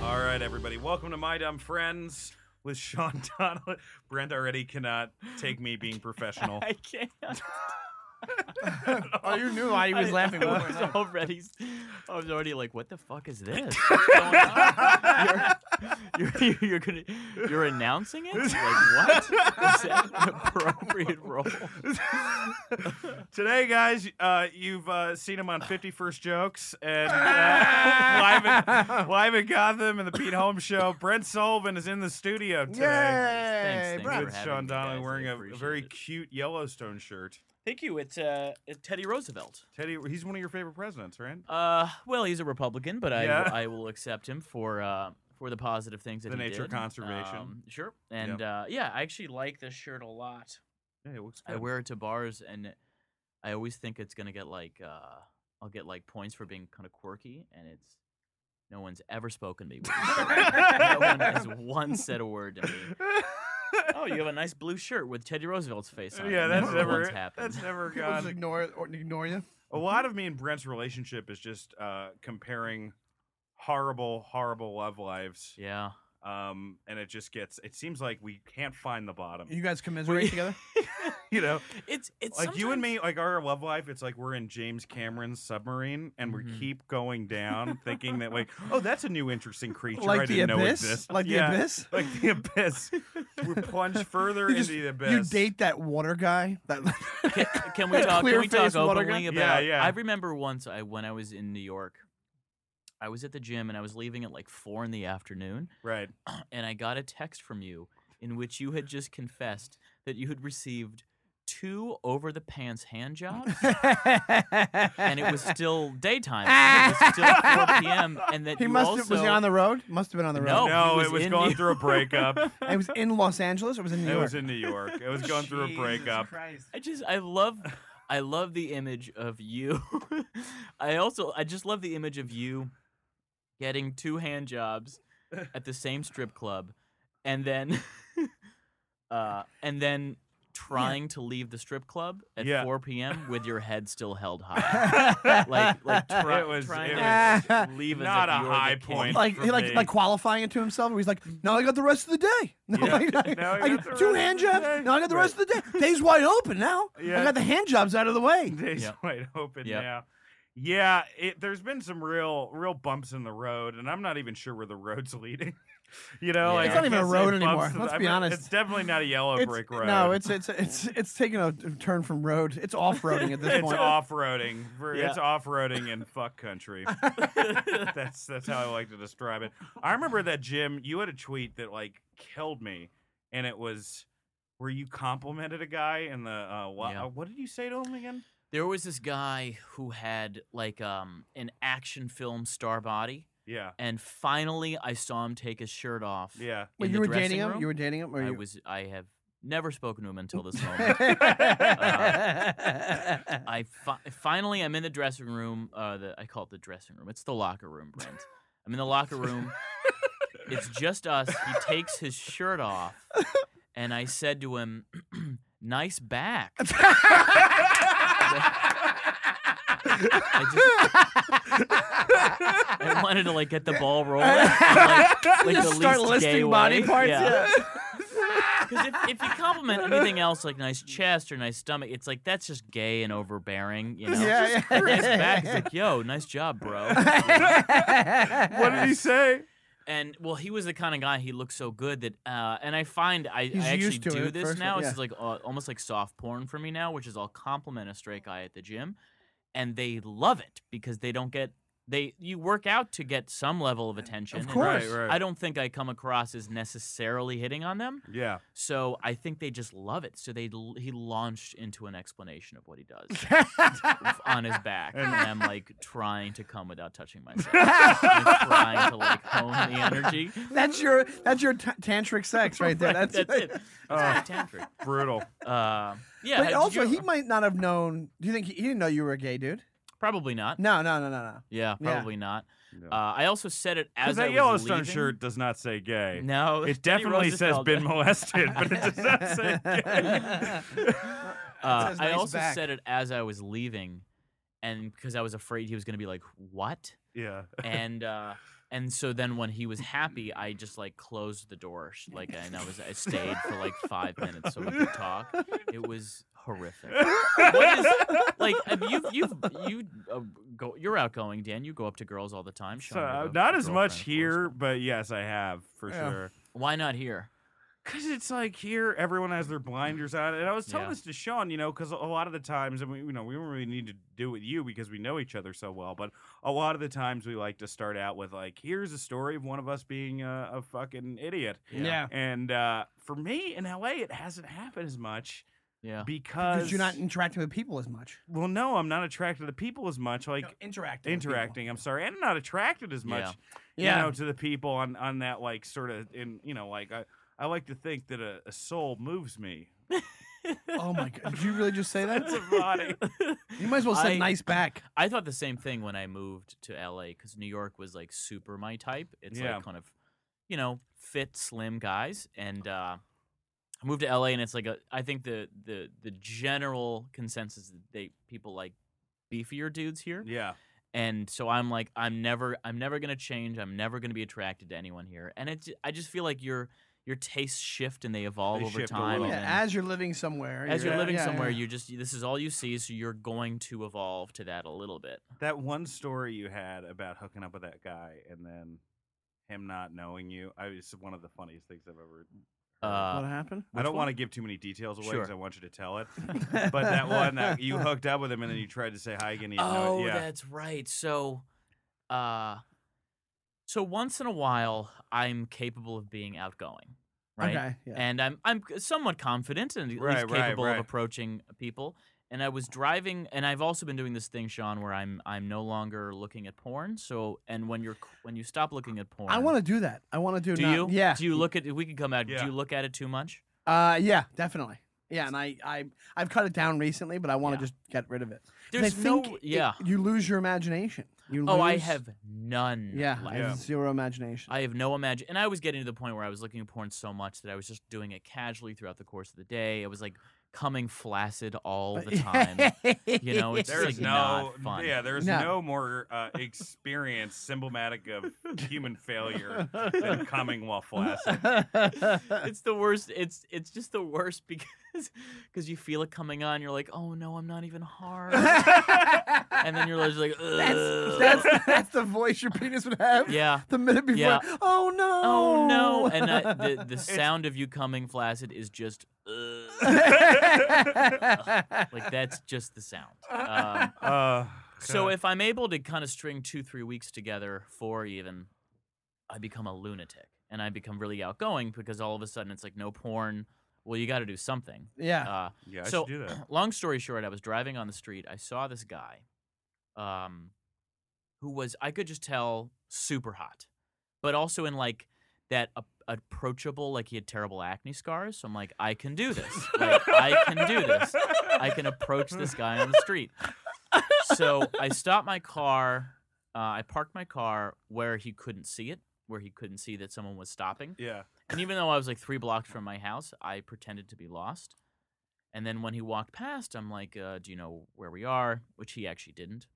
right, everybody. Welcome to My Dumb Friends with Sean Donald. Brent already cannot take me being professional. I can't. oh, you knew why he was I- laughing. I, when was we were already, I was already like, what the fuck is this? What's going on? You're, you're, you're gonna, you're announcing it? Like what? Is that an appropriate role? Today, guys, uh, you've uh, seen him on 51st Jokes and uh, live, at, live at Gotham and the Pete Holmes Show. Brent Sullivan is in the studio there. today. Yay, Thanks, bro. thanks With for having Sean me, Donnelly guys. I wearing a- a appreciate very it. cute Yellowstone shirt. Thank you. It's uh, Teddy Roosevelt. Teddy, he's one of your favorite presidents, right? Uh, well, he's a Republican, but I Yeah. I will accept him for uh for the positive things that The he nature did. conservation. Um, sure, and uh, yeah, I actually like this shirt a lot. Yeah, it looks I good. wear it to bars, and I always think it's gonna get like uh, I'll get like points for being kind of quirky, and it's no one's ever spoken to me. with this shirt. no one has one said a word to me. Oh, you have a nice blue shirt with Teddy Roosevelt's face on it. yeah, that's never, once never, happened. that's never People gone. just ignore it or ignore you. A lot of me and Brent's relationship is just uh, comparing horrible, horrible love lives. yeah. Um, and it just gets, it seems like we can't find the bottom. You guys commiserate together. You know, It's it's like you and me, sometimes- like our love life, it's like we're in James Cameron's submarine and we Mm-hmm. Mhm. keep going down thinking that, like, oh, that's a new interesting creature I Like the didn't know abyss. existed. Like the Yeah, abyss. Like the abyss. we plunge further You into just- the You abyss. date that water guy. That Can, can we talk? Can we talk Clear-faced water openly gun? about? Yeah, yeah. I remember once I when I was in New York, I was at the gym and I was leaving at like four in the afternoon, Right. and I got a text from you in which you had just confessed that you had received two over the pants hand jobs, and it was still daytime. It was still four p.m. And that he you must also have, was he on the road? Must have been on the road. No, he no, was it was in going New- through a breakup. It was in Los Angeles or was it in New It York? was in New York. It was going through a breakup. I just I love I love the image of you. I also I just love the image of you getting two hand jobs at the same strip club and then uh and then trying to leave the strip club at Yeah. 4 p.m. with your head still held high. like like try, It was- trying it to was leave as not if a you were the high king. point. like for he like me. like qualifying it to himself. He's like, now I got the rest of the day. Now Yeah. I got, Now I I got got the two rest hand of the jobs. day. Now I got the rest of the day. Day's wide open now. Yeah. I got the hand jobs out of the way. Days Yep. wide open Yep. now. Yeah, it, there's been some real, real bumps in the road, and I'm not even sure where the road's leading. you know, Yeah. like It's I not even a can't say road bumps anymore, in the- let's I'm be not- honest. It's definitely not a yellow It's- brick road. No, it's it's it's it's taking a turn from road. It's off roading at this it's point. off-roading. For- Yeah. It's off-roading in fuck country. that's that's how I like to describe it. I remember that Jim, you had a tweet that like killed me, and it was where you complimented a guy in the uh, wa- Yeah. uh, what did you say to him again? There was this guy who had like um an action film star body Yeah, and finally I saw him take his shirt off. yeah. Wait, in you the were dating dressing him? room? You were dating him? Or I you... was Uh, I have never spoken to him until this moment. I fi- finally I'm in the dressing room. Uh, the, I call it the dressing room. It's the locker room, Brent. I'm in the locker room. it's just us. He takes his shirt off, and I said to him, "Nice back." I just I wanted to like get the ball rolling, like, like Just the start least listing gay body way. parts. Yeah. Yeah. Because if, if you compliment anything else, like nice chest or nice stomach, it's like that's just gay and overbearing, you know. Yeah, Just yeah. Nice back, it's like, yo, nice job, bro. What did he say? and well, he was the kind of guy he looked so good that, uh, and I find I, I actually used to it do at this first, now. like, It's yeah. just like uh, almost like soft porn for me now, which is I'll compliment a straight guy at the gym, and they love it because they don't get they you work out to get some level of attention. and course. Right, right. I don't think I come across as necessarily hitting on them. Yeah. So I think they just love it. So they l- he launched into an explanation of what he does on his back, and I'm like trying to come without touching myself, and trying to like hone the energy. That's your that's your t- tantric sex right there. That's, That's it. That's my tantric. Brutal. Uh, yeah, But did also, you- he might not have known. Do you think he, he didn't know you were a gay dude? probably not. No, no, no, no, no. Yeah, Yeah. probably not. No. Uh, I also said it as Because that I was Yellowstone leaving. shirt does not say gay. No, It Teddy definitely says Roosevelt- been molested, but it does not say gay. Uh, says I nice also back. said it as I was leaving, and because I was afraid he was going to be like, "What?" yeah. and uh, And so then when he was happy, I just like closed the door, sh- like, and I was I stayed for like five minutes so we could talk. It was horrific. What is like I mean, you've you've you uh, go you're outgoing, Dan. You go up to girls all the time. So, Sean, you uh, go up not to as much girlfriends, of here, but yes, I have for Yeah. sure. course. Why not here? Because it's like here, everyone has their blinders on. And I was telling Yeah. this to Sean, you know, because a lot of the times, and we, you know, we don't really need to do it with you because we know each other so well, but a lot of the times we like to start out with, like, here's a story of one of us being a, a fucking idiot. Yeah. And uh, for me in LA, it hasn't happened as much Yeah. because. Because you're not interacting with people as much. Well, no, I'm not attracted to people as much. Like, No, interacting. with people. interacting. I'm sorry, and not attracted as much, Yeah. you know, to the people on on that like sort of in you know like I I like to think that a, a soul moves me. Oh my god! Did you really just say that? That's a body. You might as well say I- nice back. I thought the same thing when I moved to LA because New York was like super my type. It's Yeah. like kind of, you know, fit, slim guys. And uh, I moved to LA, and it's like a. I think the the the general consensus is that they people like beefier dudes here. yeah, And so I'm like, I'm never, I'm never gonna change. I'm never gonna be attracted to anyone here. And it's, I just feel like your your tastes shift and they evolve They over shift a time. little. and yeah, then- as you're living somewhere. as you're yeah, living yeah, somewhere, yeah. you just this is all you see, so you're going to evolve to that a little bit. that one story you had about hooking up with that guy and then him not knowing you. I it's one of the funniest things I've ever. Uh, what happened? I don't want to give too many details away because Sure. I want you to tell it. But that one that you hooked up with him and then you tried to say hi again. He didn't know oh, it. yeah, that's right. So, uh, so once in a while, I'm capable of being outgoing, right? Okay. Yeah. And I'm I'm somewhat confident and at Right, least right, capable right. of approaching people. And I was driving, and I've also been doing this thing, Sean, where I'm I'm no longer looking at porn. So, and when you're when you stop looking at porn, I want to do that. I want to do. Do not- you? Yeah. Do you look at? We can come back. Yeah. Do you look at it too much? Uh, yeah, definitely. Yeah, and I, I, I've cut it down recently, but I want to Yeah. just get rid of it. 'Cause I There's no. think it- Yeah. you lose your imagination. You oh, I lose- have none. Yeah, left. I have Yeah. zero imagination. I have no imagine, and I was getting to the point where I was looking at porn so much that I was just doing it casually throughout the course of the day. I was like coming flaccid Uh, all the time. you know, it's There is like no, not fun. yeah, there is No. no, more uh, experience symptomatic of human failure than coming while flaccid. it's the worst. It's it's just the worst because because you feel it coming on. You're like, oh no, I'm not even hard. and then you're just like, that's, "Ugh." that's that's the voice your penis would have. yeah. The minute before. Yeah. Oh no. Oh no! And uh, the the sound of you coming flaccid is just "Ugh." like that's just the sound. Um, Uh, So God. if I'm able to kind of string two, three weeks together, four even, I become a lunatic and I become really outgoing because all of a sudden it's like no porn. Well, you got to do something. yeah. Uh, yeah, I so should do that. long story short, I was driving on the street. I saw this guy, um, who was I could just tell super hot, but also in like that ap- approachable, like he had terrible acne scars. So I'm like, I can do this. like, I can do this. I can approach this guy on the street. So I stopped my car. Uh, I parked my car where he couldn't see it, where he couldn't see that someone was stopping. Yeah, And even though I was like three blocks from my house, I pretended to be lost. And then when he walked past, I'm like, uh, "Do you know where we are?" Which he actually didn't.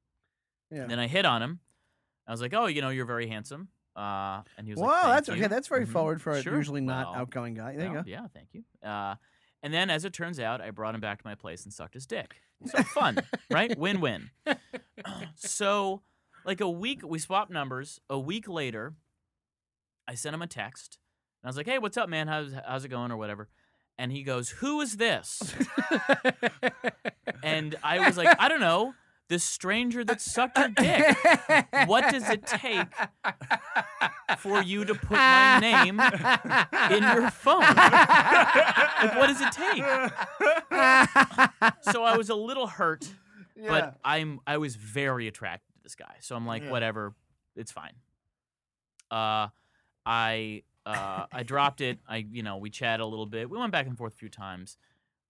Yeah. And then I hit on him. I was like, "Oh, you know, you're very handsome." Uh, and he was Wow, like, that's "Thank okay. you." That's very Mhm. forward for a Sure. usually not Well, outgoing guy. There you well, go. Yeah, thank you. Uh, and then, as it turns out, I brought him back to my place and sucked his dick. So fun, right? Win win. so, like a week, we swapped numbers. A week later, I sent him a text and I was like, hey, what's up, man? How's, how's it going or whatever? And he goes, who is this? And I was like, I don't know. This stranger that sucked your dick. What does it take for you to put my name in your phone? Like, what does it take? so I was a little hurt, but I'm I was very attracted to this guy. So I'm like, Yeah. whatever, it's fine. Uh, I uh, I dropped it. I you know we chatted a little bit. We went back and forth a few times.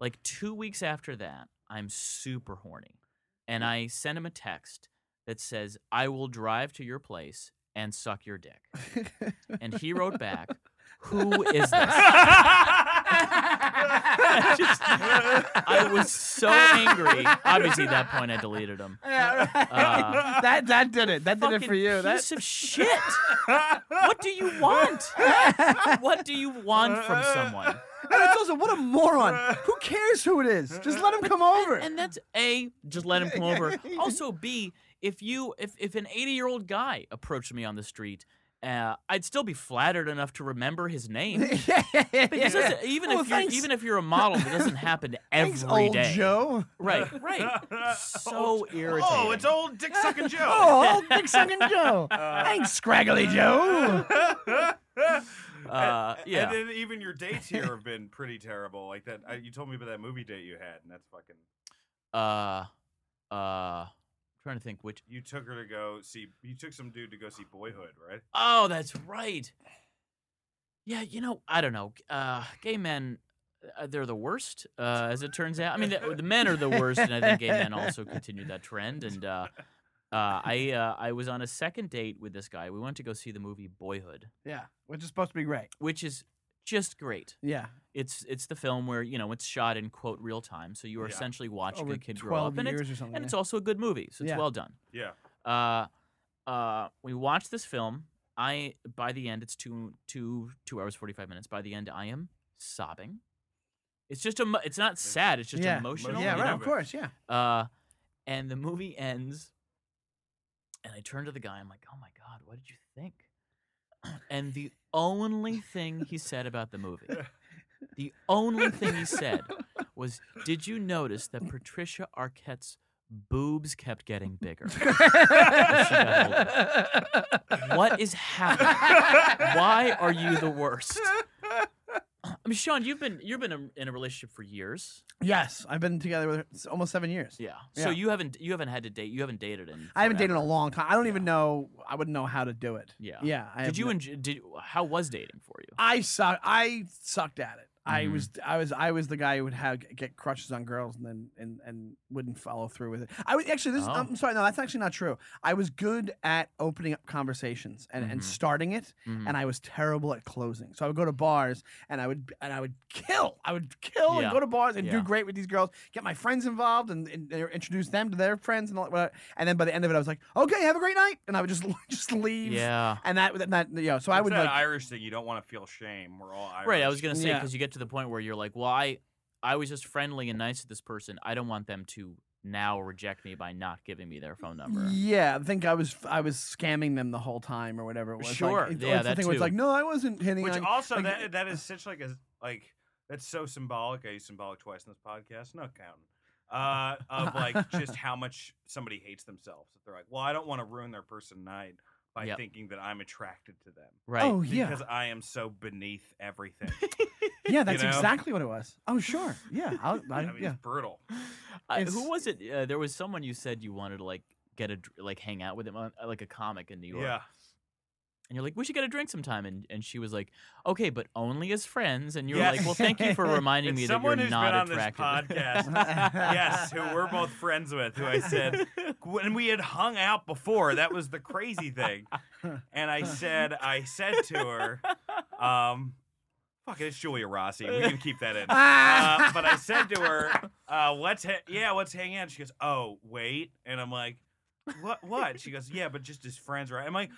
Like two weeks after that, I'm super horny, and I sent him a text that says, "I will drive to your place and suck your dick." and he wrote back, "Who is this?" I just- I was so angry. Obviously, at that point, I deleted him. Yeah, right. Uh, that that did it. That did it for Fucking you. That piece of shit. What do you want? What do you want from someone? And it's also what a moron. Who cares who it is? Just let him come over. And that's a just let him come Yeah, over. yeah. Also, b if you if if an eighty year old guy approached me on the street, uh, I'd still be flattered enough to remember his name. yeah, yeah, yeah, Because yeah. that's- even Oh, if you're, thanks. even if you're a model, that doesn't happen every day. Thanks, old Joe. Right, right. So irritating. Oh, it's old dick sucking Joe. Oh, old Big Sucking Joe. Uh, Thanks, Scraggly Joe. Uh, yeah. And then even your dates here have been pretty terrible. Like that, I, you told me about that movie date you had, and that's fucking. uh, uh, I'm trying to think which. You took her to go see. You took some dude to go see Boyhood, right? Oh, that's right. Yeah, you know, I don't know. Uh, gay men, uh, they're the worst, uh, as it turns out. I mean, the, the men are the worst, and I think gay men also continue that trend. And uh, uh, I, uh, I was on a second date with this guy. We went to go see the movie Boyhood, Yeah, which is supposed to be great. which is just great. Yeah, It's it's the film where you know it's shot in quote real time, so you are Yeah. essentially watching over a kid grow twelve up, and it's years or something. and it's yeah. also a good movie, so it's Yeah. well done. Yeah. Uh, uh, we watched this film. I by the end, it's two two two hours forty five minutes. By the end, I am sobbing. It's just emo- it's not sad. It's just Yeah. emotional. Emotional, yeah, you right. know? Of course, yeah. Uh, and the movie ends, and I turn to the guy. I'm like, "Oh my god, what did you think?" And the only thing he said about the movie, the only thing he said was, "Did you notice that Patricia Arquette's boobs kept getting bigger? What is happening? Why are you the worst?" I mean, Sean, you've been you've been in a relationship for years. yes, I've been together with her s- almost seven years. Yeah. So Yeah. you haven't you haven't had to date you haven't dated in. I haven't dated forever. in a long time. I don't even Yeah. know. I wouldn't know how to do it. Yeah. Yeah. I have did you no- enjoy? Did how was dating for you? I suck. I sucked at it. I Mhm. was I was I was the guy who would have get crushes on girls and then and and wouldn't follow through with it. I was actually this. Oh. I'm sorry. No, that's actually not true. I was good at opening up conversations and, and Mhm. starting it, Mhm. and I was terrible at closing. So I would go to bars and I would and I would kill. I would kill Yeah. and go to bars and Yeah. do great with these girls. Get my friends involved and, and they introduce them to their friends and all that. And then by the end of it, I was like, okay, have a great night, and I would just just leave. yeah. And that that you know. So I It's would that like. Irish thing. You don't want to feel shame. We're all Irish. Right. I was gonna say Yeah. because you get to the point where you're like, well, I I was just friendly and nice to this person. I don't want them to now reject me by not giving me their phone number. Yeah, I think I was I was scamming them the whole time or whatever it was. Like, Sure, it- yeah, it's the that thing where it's too. like, no, I wasn't hitting. Which on you." also like- that that is such like a like that's so symbolic. I use symbolic twice in this podcast. No counting. Uh, of like just how much somebody hates themselves. If they're like, well, I don't want to ruin their person night by Yep. thinking that I'm attracted to them Right. Oh yeah, because I am so beneath everything. yeah, that's know? exactly what it was. Oh sure, yeah, I'll, I, I mean, yeah. it's brutal. I, It's- who was it? Uh, there was someone you said you wanted to like get a dr- like hang out with him on, uh, like a comic in New York. Yeah. And you're like, we should get a drink sometime. And and she was like, okay, but only as friends. And you're Yes. like, well, thank you for reminding It's me that you're someone who's been not on this podcast. attracted. yes, who we're both friends with, who I said when we had hung out before, that was the crazy thing. And I said, I said to her, um, fuck it, it's Julia Rossi. We can keep that in. Uh, but I said to her, uh, let's ha- yeah, let's hang out. She goes, oh, wait. And I'm like, what? What? She goes, yeah, but just as friends, right? I'm like,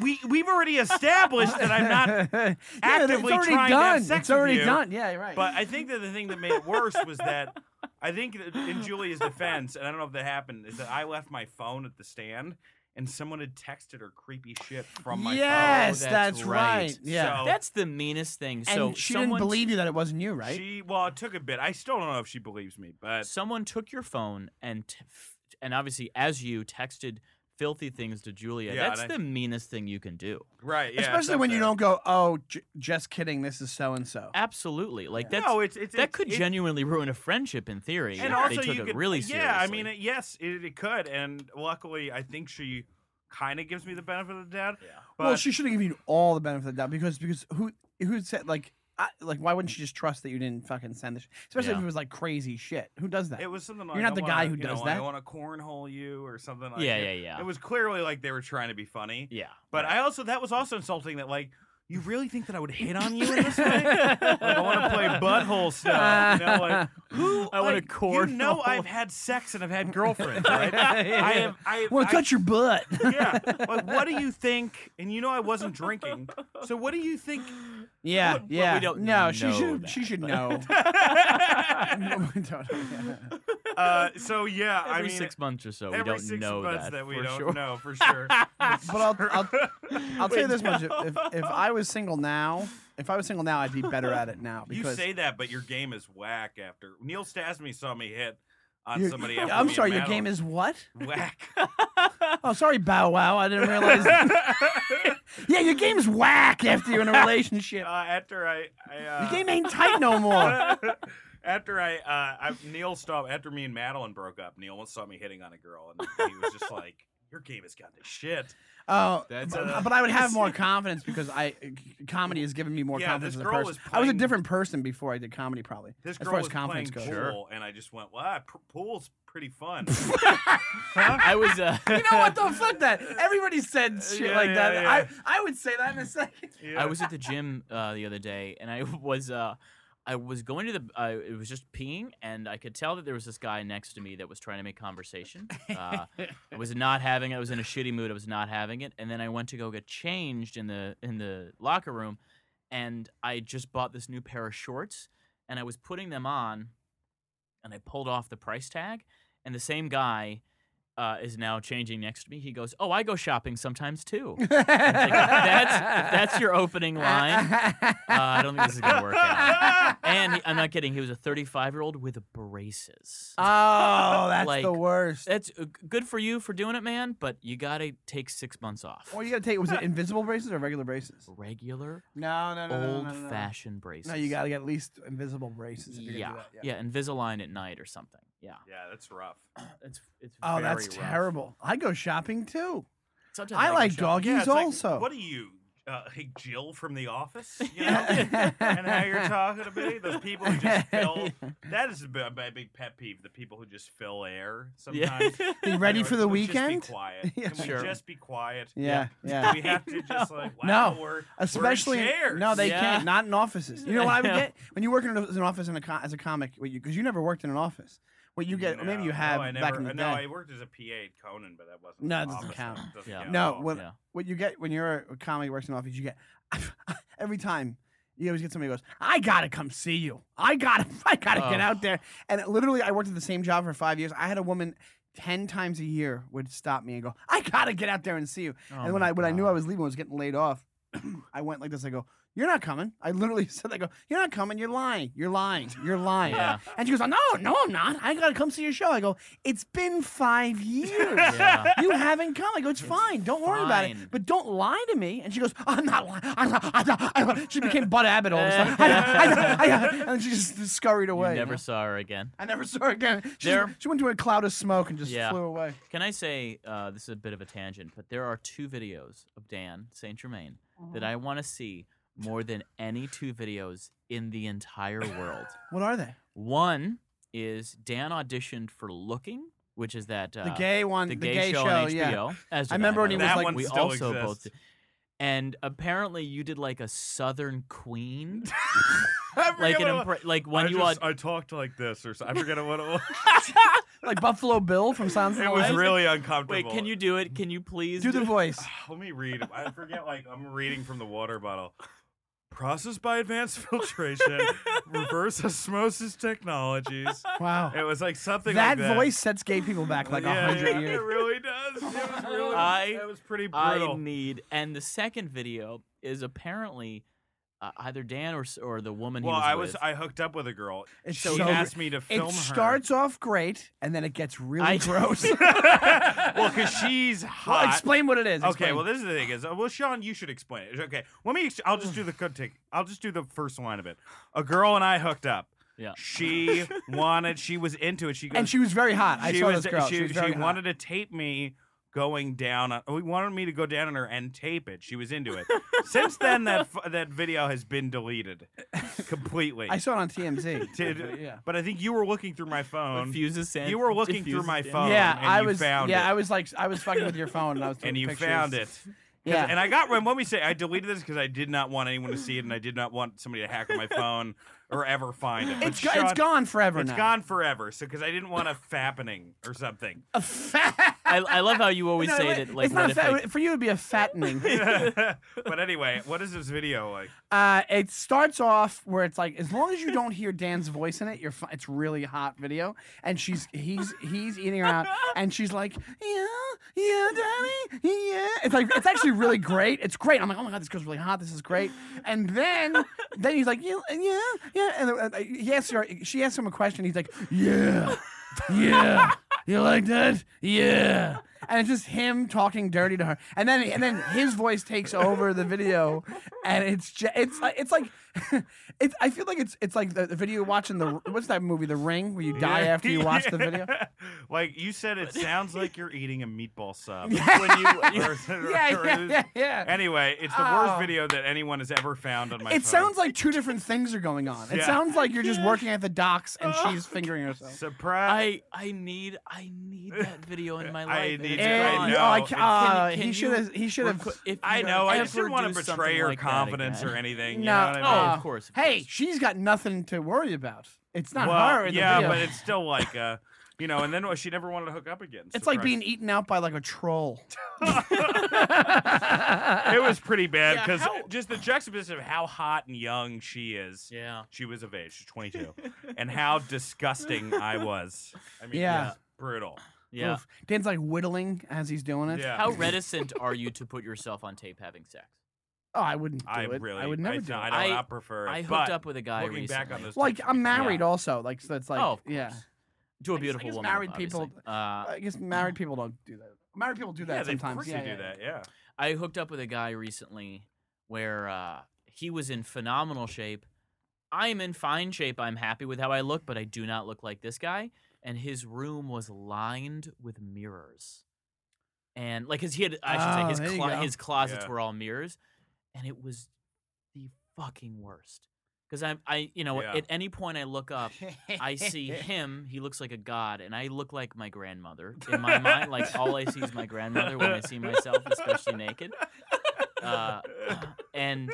we we've already established that I'm not yeah, actively it's already trying to have done. sex it's already with you, done. Yeah, you're right. But I think that the thing that made it worse was that I think that in Julia's defense, and I don't know if that happened, is that I left my phone at the stand and someone had texted her creepy shit from my yes, Oh, that's that's, right. right. Yeah, So- That's the meanest thing. and so she someone didn't believe you that it wasn't you, phone. right? She well, it took a bit. I still don't know if she believes me, but someone took your phone and t- f- and obviously as you texted filthy things to Julia. Yeah, that's and I- the meanest thing you can do. right, yeah, it's Especially up when you there. don't go, oh, j- just kidding. This is so and so. Absolutely. Like that's no, it's, it's that it's- could it- genuinely ruin a friendship in theory. and if also they took you it could, really seriously. yeah. I mean, it, yes, it, it could, and luckily, I think she kind of gives me the benefit of the doubt. Yeah. But well, she should have given you all the benefit of the doubt because because who who said like I, like why wouldn't she just trust that you didn't fucking send this? Especially Yeah. if it was like crazy shit. Who does that? it was something like You're not I the wanna, guy who you know, does I that. want to cornhole you or something like yeah, it. yeah, yeah. It was clearly like they were trying to be funny. yeah. But I also that was also insulting that like you really think that I would hit on you in this way? like I want to play bud butthole stuff. You know, like, who, I want a like, cornhole. You know, I've had sex and I've had girlfriends. Right? Yeah. I have. I, Well, I- cut your butt. yeah. Like, what do you think? And you know, I wasn't drinking. So, what do you think? yeah, Well, we yeah. don't no, she know should. that, she should but- know. No, we don't know. Yeah. Uh, so yeah, Every I mean, six months or so, we every don't six know months that, we for don't sure. know for sure. But I'll, I'll, I'll tell you this much: if, if I was single now, if I was single now, I'd be better at it now you because say that, but your game is whack. After Neil Stasny saw me hit on Your- somebody. Yeah, After I'm being sorry, your mad game on- is what? whack. Oh, sorry, Bow Wow. I didn't realize. yeah, your game's whack after you're in a relationship. Uh, after I, I uh, Your game ain't tight no more. after I, uh, I Neil stopped after me and Madeline broke up. Neil once saw me hitting on a girl, and he was just like, "Your game has gone to shit." Oh, That's but, uh, a- but I would have more confidence because I comedy has given me more Yeah, confidence this as a girl person. was I was a playing- different person before I did comedy, probably. This as girl far was as confidence playing goes. pool, and I just went, "Wow, p- pool's pretty fun." I was. Uh, You know what? Don't fuck that. Everybody said shit Yeah, like yeah, that. yeah. I, I would say that in a second. Yeah. I was at the gym uh, the other day, and I was uh, I was going to the. I it was just peeing, and I could tell that there was this guy next to me that was trying to make conversation. Uh, I was not having. it. I was in a shitty mood. I was not having it, and then I went to go get changed in the in the locker room, and I just bought this new pair of shorts, and I was putting them on, and I pulled off the price tag, and the same guy. Uh, is now changing next to me. He goes, "Oh, I go shopping sometimes too." It's like, if that's if that's your opening line. Uh, I don't think this is gonna work out. And he, I'm not kidding. He was a 35 year old with braces. Oh, that's Like, the worst. That's uh, g- good for you for doing it, man. But you gotta take six months off. Or you gotta take was it invincible braces or regular braces? Regular No, no, no, no, old no, no, no. fashioned braces. No, you gotta get at least invisible braces. If you're Yeah. Gonna do that. yeah, Invisalign at night or something. Yeah, yeah, that's rough. it's it's. Oh, very that's rough. terrible. I go shopping too. Sometimes I go like shopping. Yeah, doggies it's like, also. What are you, uh, hey, Jill from The Office? You know? and how you're talking to me? Those people who just fill. That is a bi- my big pet peeve. The people who just fill air sometimes. Yeah. You ready You know, for the can we just be weekend? quiet? Yeah. Can we Sure. just be quiet? Yeah, yeah. We have to just like No. wow, we're Especially we're in chairs. no, they Yeah. can't. Not in offices. You know what I would Yeah. get when you work in a- as an office in a co- as a comic, because you, 'cause you never worked in an office. What you get, or maybe No, you no, have I never, back in the No, I day. worked as a PA at Conan, but that wasn't. No, an it doesn't office. count. It doesn't Yeah. count No, at all. what Yeah. what you get when you're a comic who works in an office, you get every time. You always get somebody who goes, I gotta come see you. I gotta, I gotta get Oh. out there. And it- literally, I worked at the same job for five years. I had a woman ten times a year would stop me and go, I gotta get out there and see you. Oh and when my I when I knew I God. was leaving, I was getting laid off. I went like this. I go, "You're not coming." I literally said, "I go, you're not coming. You're lying. You're lying. You're lying." Yeah. And she goes, "No, no, I'm not. I gotta come see your show." I go, "It's been five years. Yeah. You haven't come." I go, "It's, fine. Don't worry about fine. it. But don't lie to me." And she goes, "I'm not lying. I'm not, I'm not, I'm not." She became Bud Abbott all of a sudden. I, I, I, and she just scurried You away. you never know? saw her again. I never saw her again. She, There- just- she went to a cloud of smoke and just Yeah. flew away. Can I say uh, this is a bit of a tangent, but there are two videos of Dan Saint Germain Mm-hmm. that I want to see more than any two videos in the entire world. What are they? one is Dan auditioned for Looking, which is that uh, The gay one, the the, gay, show, on HBO. yeah. As I did remember by when he the was way. like- That one we still also both. exists. Did. And apparently, you did like a Southern Queen, I like an forget what- impre- like when I you just, aud- I talked like this or so. I forget what it was. like Buffalo Bill from Sounds of it was Why is it- really uncomfortable. wait, can you do it? Can you please Do the voice. Let me read. I forget. Like I'm reading from the water bottle. Processed by advanced filtration, reverse osmosis technologies. Wow. It was like something That, like that. voice sets gay people back like a yeah, hundred yeah, It years. really does. It was really. I- it was pretty I brutal. need. And the second video is apparently uh, either Dan or s- or the woman. well, he was I with. was. I hooked up with a girl. It's she so gr- asked me to film It her. starts off great and then it gets really I- gross. well, because she's hot. well, explain what it is. Okay, explain. well, this is the thing is, uh, well, Sean, you should explain it. Okay, let me. ex- I'll just do the good take. I'll just do the first line of it. A girl and I hooked up. Yeah. She wanted. She was into it. She goes. and she was very hot. I she saw was. this girl. She, She, was she very hot. wanted to tape me going down. On, we wanted me to go down on her and tape it. She was into it. Since then, that f- that video has been deleted completely. I saw it on TMZ. Did- yeah. But I think you were looking through my phone. Refuses sand- You were looking through refuses my sand- phone. yeah, Oh, and I you was. found yeah, it. I was like, I was fucking with your phone, and I was. and taking you pictures. found it. 'Cause- Yeah. And I got when let me say I deleted this because I did not want anyone to see it, and I did not want somebody to hack on my phone or ever find it. But It's, go- it's Sean- gone forever It's now. gone forever. So because I didn't want a fappening or something. A fat. I, I love how you always No, say wait, that. Like, it's what not a if fat, I- for you. It'd be a fattening. but anyway, what is this video like? uh, it starts off where it's like, as long as you don't hear Dan's voice in it, you're. Fi- it's really hot video, and she's he's he's eating her out, and she's like, yeah, yeah, daddy, yeah. It's like it's actually really great. It's great. I'm like, oh my god, this girl's really hot. This is great. And then then he's like, yeah, yeah, yeah. And uh, he asks her, she asks him a question. He's like, yeah, yeah. You like that? Yeah. And it's just him talking dirty to her, and then and then his voice takes over the video, and it's just, it's like it's like it's I feel like it's it's like the, the video watching the what's that movie The Ring where you die after you watch the video. Like you said, it sounds like you're eating a meatball sub. when you, or- Yeah, or- yeah, yeah, yeah. Anyway, it's the Oh. worst video that anyone has ever found on my. It phone. sounds like two different things are going on. It Yeah. Oh. sounds like you're just working at the docks and she's fingering herself. surprise. I I need I need that video in my I life. and need it's it And- right gone. oh, now. I It's- ca- uh, Can- can he you should have. He should have. Requ- if I you know. I just ever didn't want do to something betray her like that confidence again. or anything. You No. know what I Oh, mean? Uh, of course. Of Hey, course. she's got nothing to worry about. It's not well, her. In the yeah, video. but it's still like, uh, you know. And then she never wanted to hook up again. It's like Surprise. being eaten out by like a troll. it was pretty bad Yeah, because how- just the juxtaposition of how hot and young she is. Yeah. She was of age, she's 22, and how disgusting I was. I mean, Yeah. it was brutal. Yeah. Oof. Dan's like whittling as he's doing it. Yeah, How reticent are you to put yourself on tape having sex? Oh, I wouldn't do I it. really, I would never I, do I, it. don't, I I- not prefer it. I hooked but up with a guy looking recently. back on this, Like picture, I'm married Yeah. also. Like so, it's like Oh, of yeah. course. to a I guess- I beautiful guess woman. married people- obviously. Uh, I guess married people don't do that. Married people do that yeah, they sometimes. Of course yeah, they yeah, do yeah. that. Yeah. I hooked up with a guy recently where uh, he was in phenomenal shape. I'm in fine shape. I'm happy with how I look, but I do not look like this guy. And his room was lined with mirrors. And like, cause he had, Oh, I should say, there his you clo- go. his closets Yeah. were all mirrors, and it was the fucking worst. Cause I'm, I, you know, Yeah. at any point I look up, I see him. He looks like a god, and I look like my grandmother in my mind. Like all I see is my grandmother when I see myself, especially naked. Uh, and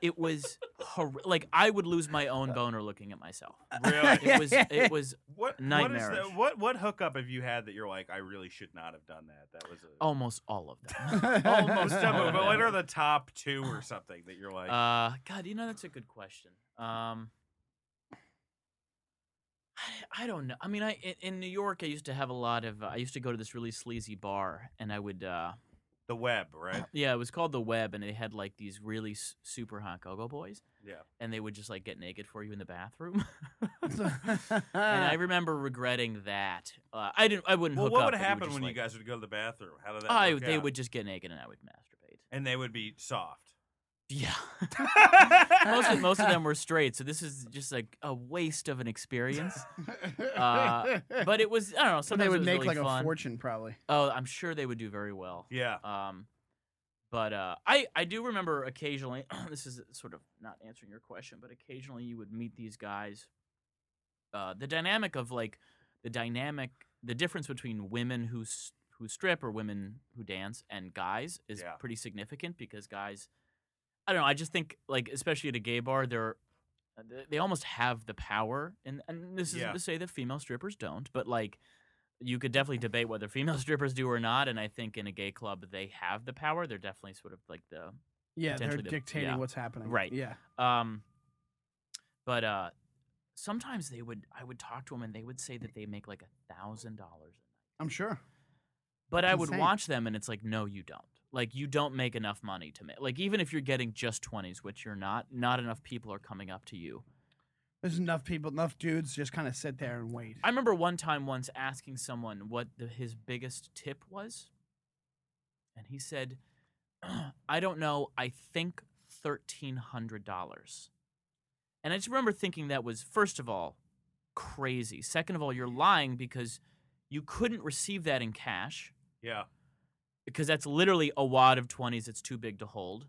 it was hor- like I would lose my own boner looking at myself. really. It was. It was. What What, is Nightmarish. the, what what hookup have you had that you're like, I really should not have done that. That was a, Almost all of them. almost all double. of But what them. are the top two or something that you're like? Uh, God, you know that's a good question. Um, I, I don't know. I mean, I in, in New York, I used to have a lot of. Uh, I used to go to this really sleazy bar, and I would. Uh, the web, right? Yeah, it was called the Web, and they had like these really s- super hot go-go boys, Yeah. and they would just like get naked for you in the bathroom. and I remember regretting that. Uh, I didn't. I wouldn't. Uh. Well, hook what up, would but we happen just, when like, you guys would go to the bathroom? How did that? I work they out? would just get naked, and I would masturbate. and they would be soft. Yeah, most of, most of them were straight, so this is just like a waste of an experience. Uh, But it was I don't know. so they Sometimes it would was make really like fun. a fortune probably. Oh, I'm sure they would do very well. yeah. Um, but uh, I I do remember occasionally. this is sort of not answering your question, but occasionally you would meet these guys. Uh, the dynamic of like the dynamic, the difference between women who s- who strip or women who dance and guys is Yeah. pretty significant because guys, I don't know. I just think like especially at a gay bar, they're th- they almost have the power, and and this isn't Yeah. to say that female strippers don't, but like you could definitely debate whether female strippers do or not. And I think in a gay club, they have the power. They're definitely sort of like the Yeah, they're potentially the- dictating yeah. what's happening. Right. Yeah. um, but uh, sometimes they would I would talk to them and they would say that they make like a thousand dollars. I'm sure. But I would Insane. watch them and it's like, no, you don't. Like you don't make enough money to make. Like even if you're getting just twenties, which you're not, not enough people are coming up to you. There's enough people, enough dudes just kind of sit there and wait. I remember one time once asking someone what the, his biggest tip was, and he said, "I don't know. I think thirteen hundred dollars." And I just remember thinking that was first of all crazy. Second of all, you're lying because you couldn't receive that in cash Yeah. because that's literally a wad of twenties. It's too big to hold.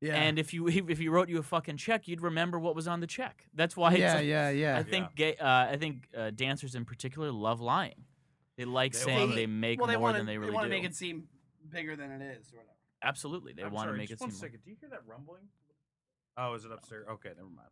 yeah. And if you if he wrote you a fucking check, you'd remember what was on the check. That's why. it's yeah, like- yeah, yeah. I think gay, uh, I think uh, dancers in particular love lying. They like They saying love they make more wanna- than they really wanna do. seem bigger than it is. Or whatever. Absolutely, they I'm want sorry, to make just it one seem. second. Do you hear that rumbling? Oh, is it upstairs? Okay, never mind.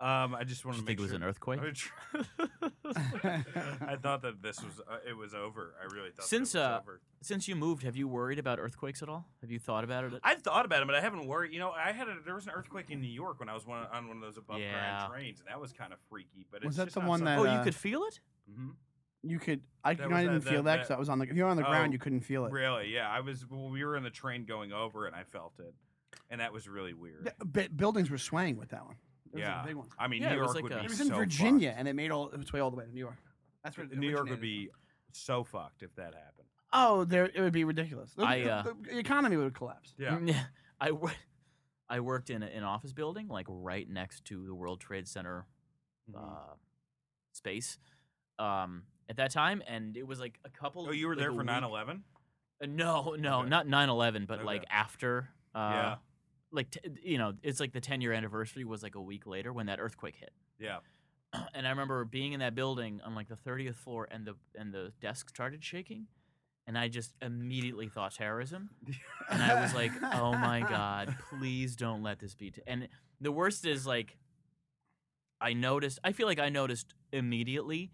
Um, I just want Did to make you think it was sure. an earthquake? I would tr- I thought that this was uh, it was over. I really thought that Since, it was uh, over. Since you moved, have you worried about earthquakes at all? Have you thought about it? at- I've thought about it, but I haven't worried. You know, I had a, there was an earthquake in New York when I was one, on one of those above Yeah. ground trains, and that was kind of freaky. But Was it's that just the not one something- oh, that, you uh, could feel it? Mhm. You could. I, That you know, I was didn't that- feel that- that because I was on the. If you're on the ground, Oh, you couldn't feel it. Really? Yeah. I was. Well, we were in the train going over, and I felt it, and that was really weird. Th- bu- buildings were swaying with that one. It was Yeah. a big one. I mean, Yeah, New it was York like would a- be It was in so Virginia, fucked. and it made all its way all the way to New York. That's where it New York would be originated. so fucked if that happened. Oh, there it would be ridiculous. The, I, uh, the- the economy would collapse. Yeah. I, wo- I worked in a, an office building, like right next to the World Trade Center Mm-hmm. uh, space um, at that time, and it was like a couple. Oh, you were like, there a for week- 9/11? Uh, No, no, Okay. not 9/11, but Okay. like after. Uh, Yeah. Like t- you know, it's like the 10 year anniversary was like a week later when that earthquake hit. Yeah. and I remember being in that building on like the 30th floor, and the and the desk started shaking, and I just immediately thought terrorism, and I was like, oh my god, please don't let this be. T-. And the worst is like, I noticed. I feel like I noticed immediately,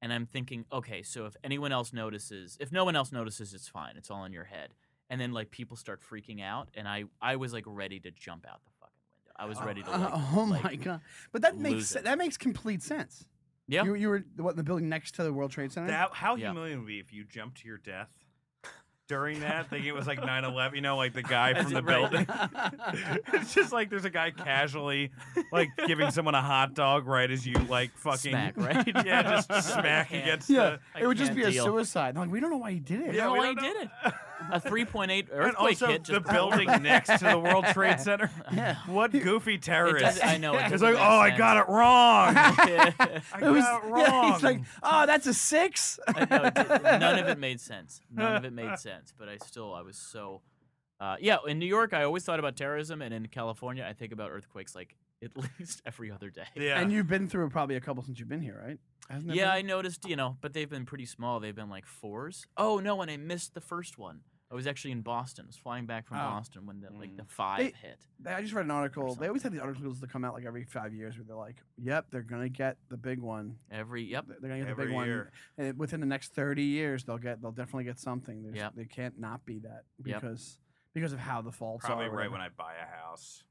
and I'm thinking, okay, so if anyone else notices, if no one else notices, it's fine. It's all in your head. And then like people start freaking out, and I I was like ready to jump out the fucking window. I was ready to like, Uh, oh my like, god! But that makes lose se- it. that makes complete sense. yeah. You, you were what in the building next to the World Trade Center. That how Yeah. humiliating would be if you jumped to your death during that, thinking it was like 9/11. You know, like the guy As from it- the right. building. it's just like there's a guy casually like giving someone a hot dog right as you like oh. fucking smack, right? yeah, just I smack can't. against yeah, I it would just can't be a deal. suicide. Like we don't know why he did the it. Yeah, we why don't he know. did A 3.8 and earthquake also hit the just building next to the World Trade Center. Yeah. What goofy It terrorist? does, I know. It It's like, oh, I got it wrong. I it. got it wrong. Yeah, he's like, oh, that's a six. I know, it did- none of it made sense. None of it made sense. But I still, I was so. Uh, yeah, in New York, I always thought about terrorism, and in California, I think about earthquakes like at least every other day. yeah. And you've been through probably a couple since you've been here, right? Hasn't it Yeah, I been? noticed, you know, but they've been pretty small. They've been like fours. Oh no, and I missed the first one. I was actually in Boston. I was flying back from Oh. Mm. Boston when the, like the five They- hit. They- I just read an article. They always have something. these articles that come out like every five years where they're like, "Yep, they're gonna get the big one. Every yep. They're gonna get the Every big year. one, and eh, within the next thirty years, they'll get. They'll definitely get something. There's, Yep. They can't not be that Yep. because because of how the faults Probably are. right when I buy a house.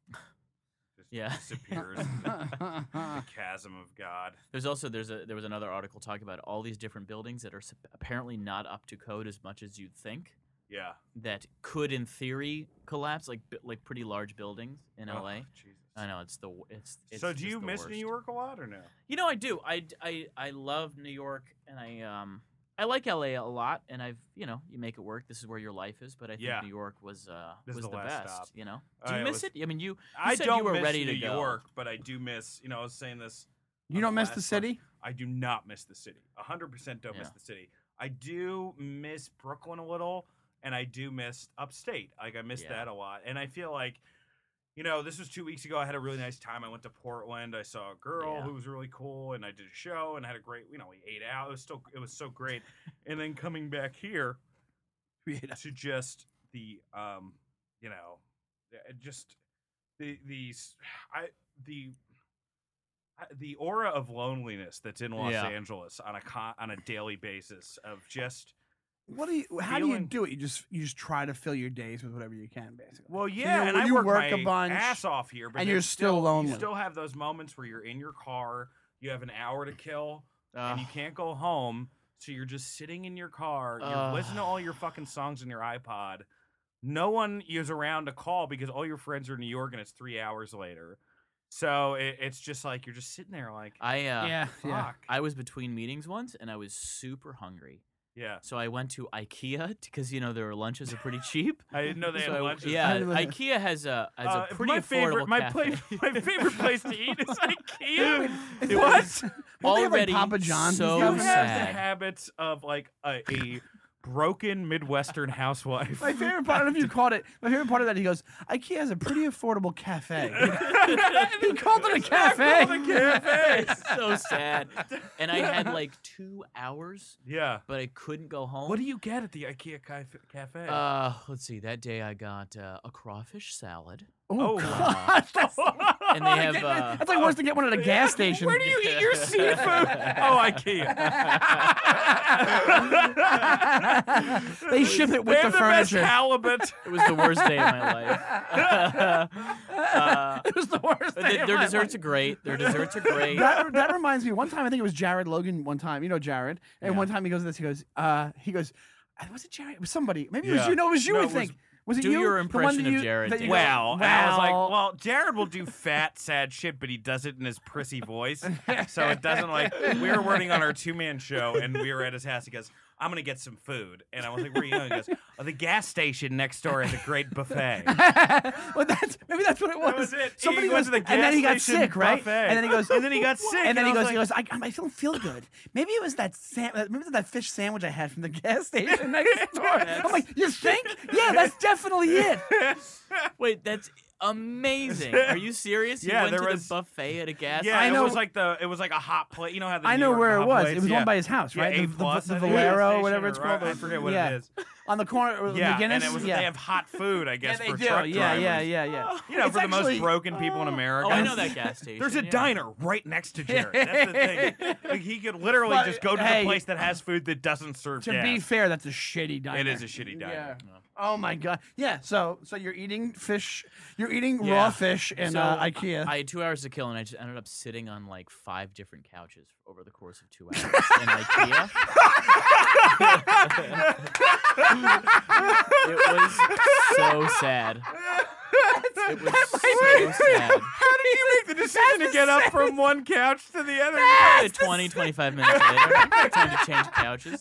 Just Yeah. disappears. into the I. chasm of God. There's also there's a there was another article talking about all these different buildings that are sup- apparently not up to code as much as you'd think Yeah. that could in theory collapse like bi- like pretty large buildings in Oh, LA. Jesus. I know it's the w- it's, it's so do just you the miss worst. New York a lot or no? You know I do. I, d- I- I love New York and I um I like LA a lot and I've you know you make it work. This is where your life is, but I think Yeah. New York was uh This is was the the, last best. stop. You know, Uh, do you it miss was- it? I mean, you I said you don't were miss ready New to go. York, but I do miss. You know, I was saying this you don't miss the Last city. I do not miss the city. 100% don't miss Yeah. the city. I do miss Brooklyn a little, and I do miss upstate. Like, I miss Yeah. that a lot. And I feel like, you know, this was two weeks ago. I had a really nice time. I went to Portland. I saw a girl Yeah. who was really cool, and I did a show and had a great, you know, we ate out. It was, still, it was so great. and then coming back here to just the, um, you know, uh, just the, these, I, the, I- the aura of loneliness that's in Los Yeah. Angeles on a con- on a daily basis of just What do you? How do you Feeling- do it? You just you just try to fill your days with whatever you can, basically. well, you- yeah, and I you work, work a my bunch, ass off here, but and then you're still lonely. You still have those moments where you're in your car, you have an hour to kill, and you Ugh. can't go home, so you're just sitting in your car, you're Ugh. listening to all your fucking songs on your iPod. No one is around to call because all your friends are in New York, and it's three hours later. So it, it's just like you're just sitting there, like I uh, yeah, fuck, yeah. I was between meetings once and I was super hungry. yeah. So I went to IKEA because you know their lunches are pretty cheap. I didn't know they so had I- lunches. yeah, How do IKEA has a has Uh, a pretty my affordable favorite, my, cafe. pla- my favorite place to eat is IKEA. It's What? always- Well, they have, like, Already Papa John's and so you stuff. have the sad. habits of like a, a broken Midwestern housewife. My favorite part, I don't know if you caught it. My favorite part of that, he goes, IKEA has a pretty affordable cafe. he called it a cafe. It's so sad. And I had like two hours, yeah. but I couldn't go home. What do you get at the IKEA caf- cafe? Uh, let's see. That day I got uh, a crawfish salad Oh, Oh, wow. God. That's, and they have. Get- Uh, that's like worse than get one at a gas station. Where do you eat your seafood? oh, IKEA. They ship it with They have the best furniture. halibut. it was the worst day of my life. uh, it was the worst. but day th- of their my desserts are great. Their desserts are great. that, that reminds me. One time, I think it was Jared Logan. One time, you know Jared, and Yeah. one time he goes this. He goes, uh, he goes, uh, was it Jared? It was somebody? Maybe it was Yeah. you. No, it was you. No, I it was- think. Was, it Do you? your The one impression that of you- Jared, that Dan. you go, Wow. And I was like, "Wow." well, Jared will do fat, sad shit, but he does it in his prissy voice. So it doesn't like, we were working on our two man show and we were at his house. He goes, I'm going to get some food. And I was like, where are you going? He goes, oh, the gas station next door has a great buffet. well, that's maybe that's what it was. That was it. Somebody he went was, to the gas and then he got station sick, right? buffet. And then he goes, and then he got sick. and then he I goes, was he like, goes, I, I don't feel good. Maybe it was that sam- uh, maybe it was that fish sandwich I had from the gas station next door. I'm like, you think? Yeah, that's definitely it. Wait, that's amazing. Are you serious? You Yeah, went there to was- the buffet at a gas yeah, I station? it know- was like the it was like a hot plate. You know how the I New know York where it hot was. It plates- was yeah. own by his house, Yeah, right? A The- the, plus, the I think, gas Valero, station whatever or it's Ro- called. I forget what yeah. it is. On the corner, or Yeah, the Guinness. and it was yeah. they have hot food, I guess, yeah, they for do. truck yeah, yeah, drivers. yeah, yeah. You know, It's for the actually- uh, most broken people in America. Oh, I know that gas station. There's a yeah. diner right next to Jared. That's the thing. Like, he could literally Well, just go to hey, the place that has food that doesn't serve To gas. be fair, that's a shitty diner. it is a shitty diner. Yeah. Oh my god. Yeah. So so you're eating fish. You're eating Yeah. raw fish in So, uh, IKEA. I had two hours to kill, and I just ended up sitting on like five different couches over the course of two hours in IKEA. it was so sad. It was so sad. How did you make the decision to get up from one couch to the other? Probably 20, 25 minutes later, time to change couches.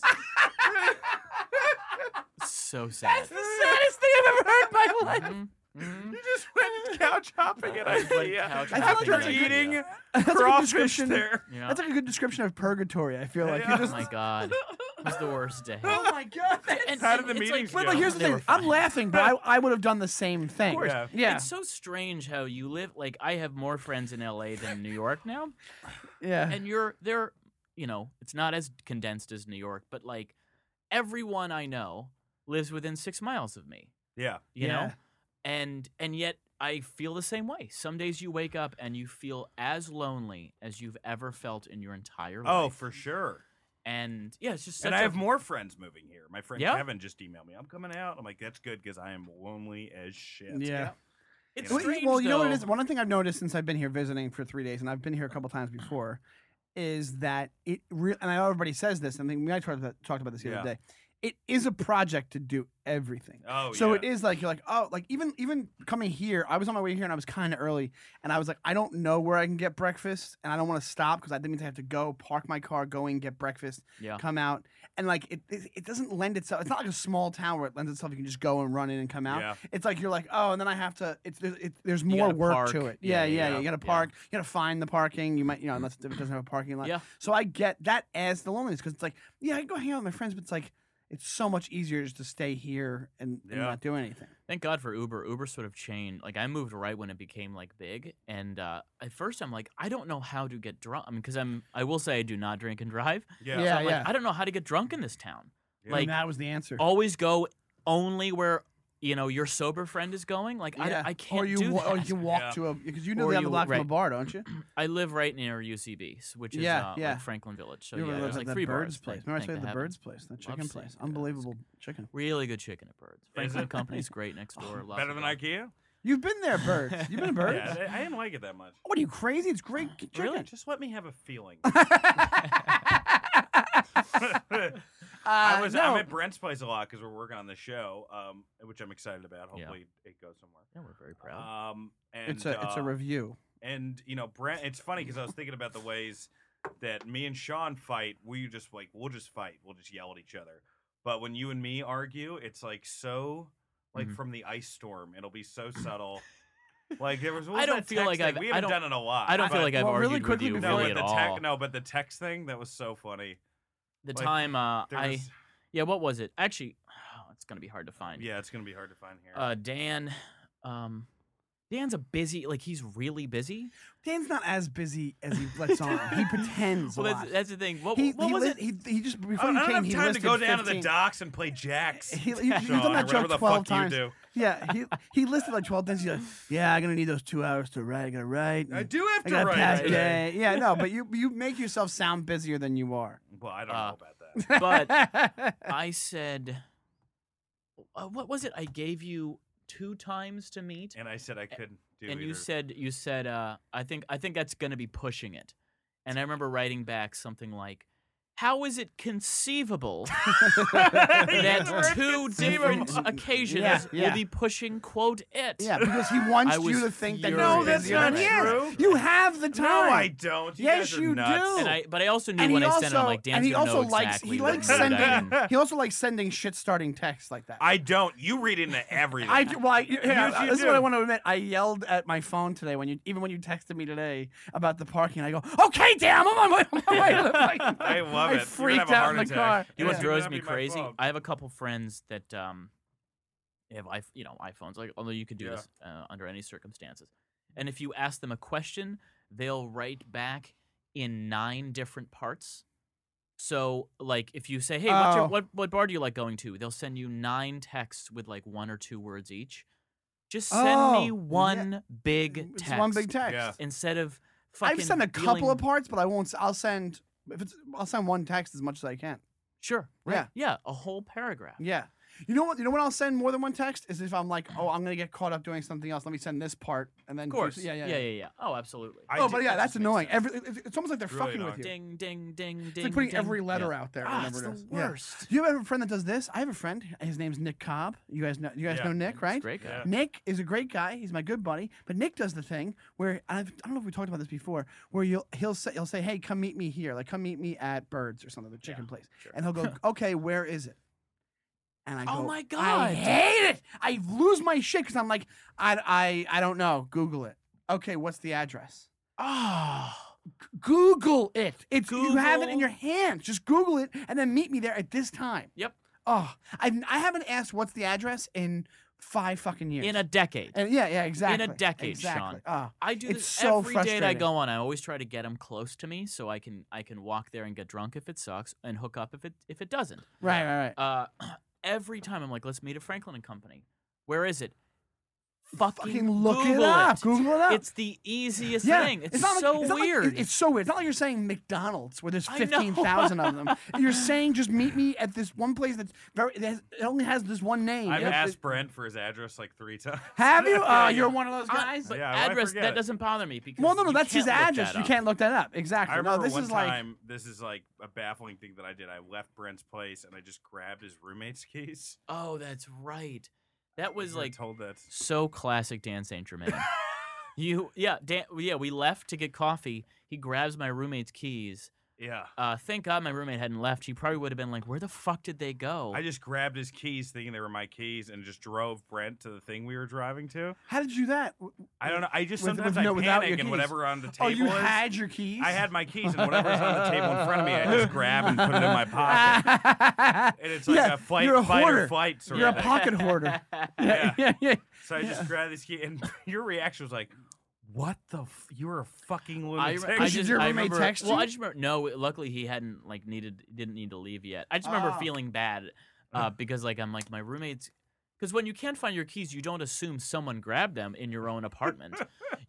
So sad. saddest thing I've ever heard in my life. Mhm, mhm. You just went couch hopping at I went IKEA couch I feel like after that's a good- eating That's a good crawfish description. there. You know? That's like a good description of purgatory. I feel like Yeah. you Oh just. my god, it was the worst day. Oh my god. And- How and did the it's meetings like, But go? like, here's the They were thing. I'm fine. laughing, but I, I would have done the same thing. course. Yeah. Yeah. Yeah. It's so strange how you live. Like I have more friends in LA than New York now, and you're there. You know, it's not as condensed as New York, but like everyone I know lives within six miles of me. Yeah. You Yeah. know, and and yet I feel the same way. Some days you wake up and you feel as lonely as you've ever felt in your entire life. Oh, for sure. and yeah, it's just. Such and I a- have more friends moving here. My friend Yeah. Kevin just emailed me. I'm coming out. I'm like, that's good because I am lonely as shit. Yeah. It's Well, Well, strange, well, you know what it though. is. One thing I've noticed since I've been here visiting for three days, and I've been here a couple times before, is that it really. And I know everybody says this. and I think we I talked about talked about this the other Yeah. day. It is a project to do everything. Oh, so yeah. it is like you're like oh like even even coming here i was on my way here and i was kind of early and i was like i don't know where i can get breakfast and i don't want to stop because i didn't mean to have to go park my car go in get breakfast Yeah. come out and like it, it it doesn't lend itself it's not like a small town where it lends itself you can just go and run in and come out Yeah. it's like you're like oh and then i have to it's there's, it, there's You more gotta work park. to it Yeah, yeah, yeah yeah, yeah. you gotta Yeah. park you gotta find the parking you might you know unless it doesn't have a parking lot Yeah. so i get that as the loneliness because it's like yeah i can go hang out with my friends but it's like it's so much easier just to stay here and, and Yeah. not do anything Thank God for Uber. Uber sort of changed. Like I moved right when it became like big, and uh, at first I'm like, I don't know how to get drunk. I mean, because I'm, I will say I do not drink and drive. Yeah. Yeah. I'm like, I don't know how to get drunk in this town. Yeah. Like oh, and that was the answer. always go only where you know your sober friend is going. Like Yeah. I, I can't or you, do wa- that. Or you walk Yeah. to a because you know Or they have you- a block right. from a bar, don't you? I live right near UCB, s- which is Yeah, uh, yeah. like Franklin Village. So you yeah, remember there's that- like that three Bird's bars. place. Thank- Remember I thank said the heaven. Bird's place, that chicken seeing place, the Bird's. unbelievable chicken. Really good chicken at Birds. Franklin it? Company's great next door. lots Better of than other- IKEA? You've been there, Birds. You've been to Birds. Yeah, I I didn't like it that much. What are you crazy? It's great c- chicken. Really? Just let me have a feeling. Uh, I was no. I'm at Brent's place a lot because we're working on the show, um, which I'm excited about. Yeah. Hopefully it goes somewhere. Yeah, we're very proud. Um, and it's a it's a uh, review. and you know Brent. It's funny because I was thinking about the ways that me and Sean fight. We just like we'll just fight. We'll just yell at each other. But when you and me argue, it's like so like Mhm. from the ice storm. It'll be so subtle. like there was. what I was don't that feel like text thing? I've- we I haven't don't- done it a lot. I don't feel but- like I've Well, really argued with quickly you before- no, really but at the all. tech, no, but the text thing that was so funny. the Like, time uh, There I was- yeah, what was it? oh, Actually, it's gonna be hard to find. Uh, yeah, it's gonna be hard to find here. Uh, Dan, um, Dan's a busy, like he's really busy. Dan's not as busy as he lets on. he pretends Well, a that's, lot. that's the thing. What, he, what he was li- it? He, he just I before don't, you I came, don't he have time to listed go down to the 15 docks and play jacks. He, he, he's Sean, done or that whatever joke the twelve fuck times. you do. Yeah, he he listed like twelve times. He's like, yeah, I'm gonna need those two hours to write. I gotta write. I and do have to I gotta write. pass today. day. Yeah, no, but you you make yourself sound busier than you are. Well, I don't Uh, know about that. But I said, uh, what was it? I gave you two times to meet, And I said I couldn't do and either. you said you said uh, I think I think that's going to be pushing it. And I remember writing back something like, "How is it conceivable that two different occasions Yeah, yeah. will be pushing quote it?" yeah, because he wants I was you to think that furious. No, you're that's busier not than he is. true. You have the No, time. I don't. You Yes, guys are you nuts. do. And I, but I also knew Oh. And when he I also, sent it, I'm like, Dan's and he gonna also know likes exactly he what likes I'm send sending it. doing. he also likes sending shit starting texts like that. I don't. You read into everything. I do, well, I, here, Yes, you this is what I do. want to admit. I yelled at my phone today when you, even when you texted me today about the parking. I go, "Okay, damn, I'm on my, I'm on my way." to the fucking thing." I love I it. You're freaked gonna have a out heart in the car. attack. You know what Yeah. It would drives not me be my crazy? fault. I have a couple friends that um, they have iP- you know iPhones. Like although you could do Yeah. this uh, under any circumstances, and if you ask them a question, they'll write back in nine different parts. So like if you say, "Hey, what's your, Oh. what what bar do you like going to?" They'll send you nine texts with like one or two words each. Just send Oh, me yeah. one big It's text one big text. Yeah. instead of fucking. I've sent a couple dealing- of parts, but I won't. s- I'll send. If it's, I'll send one text as much as I can. Sure. Right. Yeah. Yeah. A whole paragraph. Yeah. You know what? You know when I'll send more than one text is if I'm like, oh, I'm gonna get caught up doing something else. Let me send this part and then. Of do- course. Yeah, yeah, yeah, yeah, yeah. Oh, absolutely. I oh, do- but yeah, that that's just makes annoying. sense. Every it- it's almost like they're Really fucking with you. ding, ding, ding, ding. It's like putting ding. every letter out there. or Ah, whatever it's it the is. Yeah. worst. Do you have a friend that does this? I have a friend. His name's Nick Cobb. You guys know. You guys Yeah. know Nick, right? Great guy. Yeah. Nick is a great guy. He's my good buddy. But Nick does the thing where I've, I don't know if we talked about this before, where you'll he'll say he'll say, "Hey, come meet me here. Like, come meet me at Birds or something, the chicken place." sure. And he'll go, "Okay, where is it?" And I go, Oh my I God. hate it. I lose my shit because I'm like, I, I I don't know. Google it. Okay, what's the address? Oh. Google it. It's you have it in Google. your hand. Just Google it and then meet me there at this time. Yep. Oh, I I haven't asked what's the address in five fucking years. In a decade. and yeah, yeah, exactly. decade, Sean. exactly. Oh, I do it's this so every date I frustrating. go on. I always try to get them close to me so I can I can walk there and get drunk if it sucks and hook up if it if it doesn't. right, right, right. Uh, every time I'm like, let's meet at Franklin and Company. Where is it? Fucking, Fucking look Google it up. Google it up. It's the easiest yeah. thing. It's, not like- so it's not like- it- weird. it's so weird. It's not like you're saying McDonald's where there's I know. fifteen thousand of them. You're saying just meet me at this one place that's very that has, it only has this one name. I've Yeah. asked Brent for his address like three times. Have you? Yeah, Oh, yeah. you're one of those Uh, guys. but Yeah, why address forget that it? doesn't bother me because well, no, no, you that's can't his look that address. You up. can't look that up. Exactly. I remember no, this one is like. time. This is like a baffling thing that I did. I left Brent's place and I just grabbed his roommate's keys. Oh, that's right. That was We were like told that. so classic Dan Saint Germain. you, yeah, Dan, yeah. We left to get coffee. He grabs my roommate's keys. Yeah. Uh, thank God my roommate hadn't left. He probably would have been like, "Where the fuck did they go?" Oh. I just grabbed his keys, thinking they were my keys, and just drove Brent to the thing we were driving to. How did you do that? W- I don't know. I just With- sometimes with no- I without your panic and keys. whatever on the table Oh, you is. had your keys. I had my keys and whatever's on the table in front of me, I just grab and put it in my pocket. And it's like Yeah, a fight, you're a fight hoarder. or flight sort You're a of thing. pocket hoarder. Yeah. yeah, yeah. So I just grabbed these keys, and your reaction was like, "What the? F- you're a fucking I, lunatic." re- I Did just your I roommate remember, text well, I you? just remember no. Luckily, he hadn't like needed didn't need to leave yet. I just remember Oh. feeling bad uh, because like I'm like my roommates because when you can't find your keys, you don't assume someone grabbed them in your own apartment.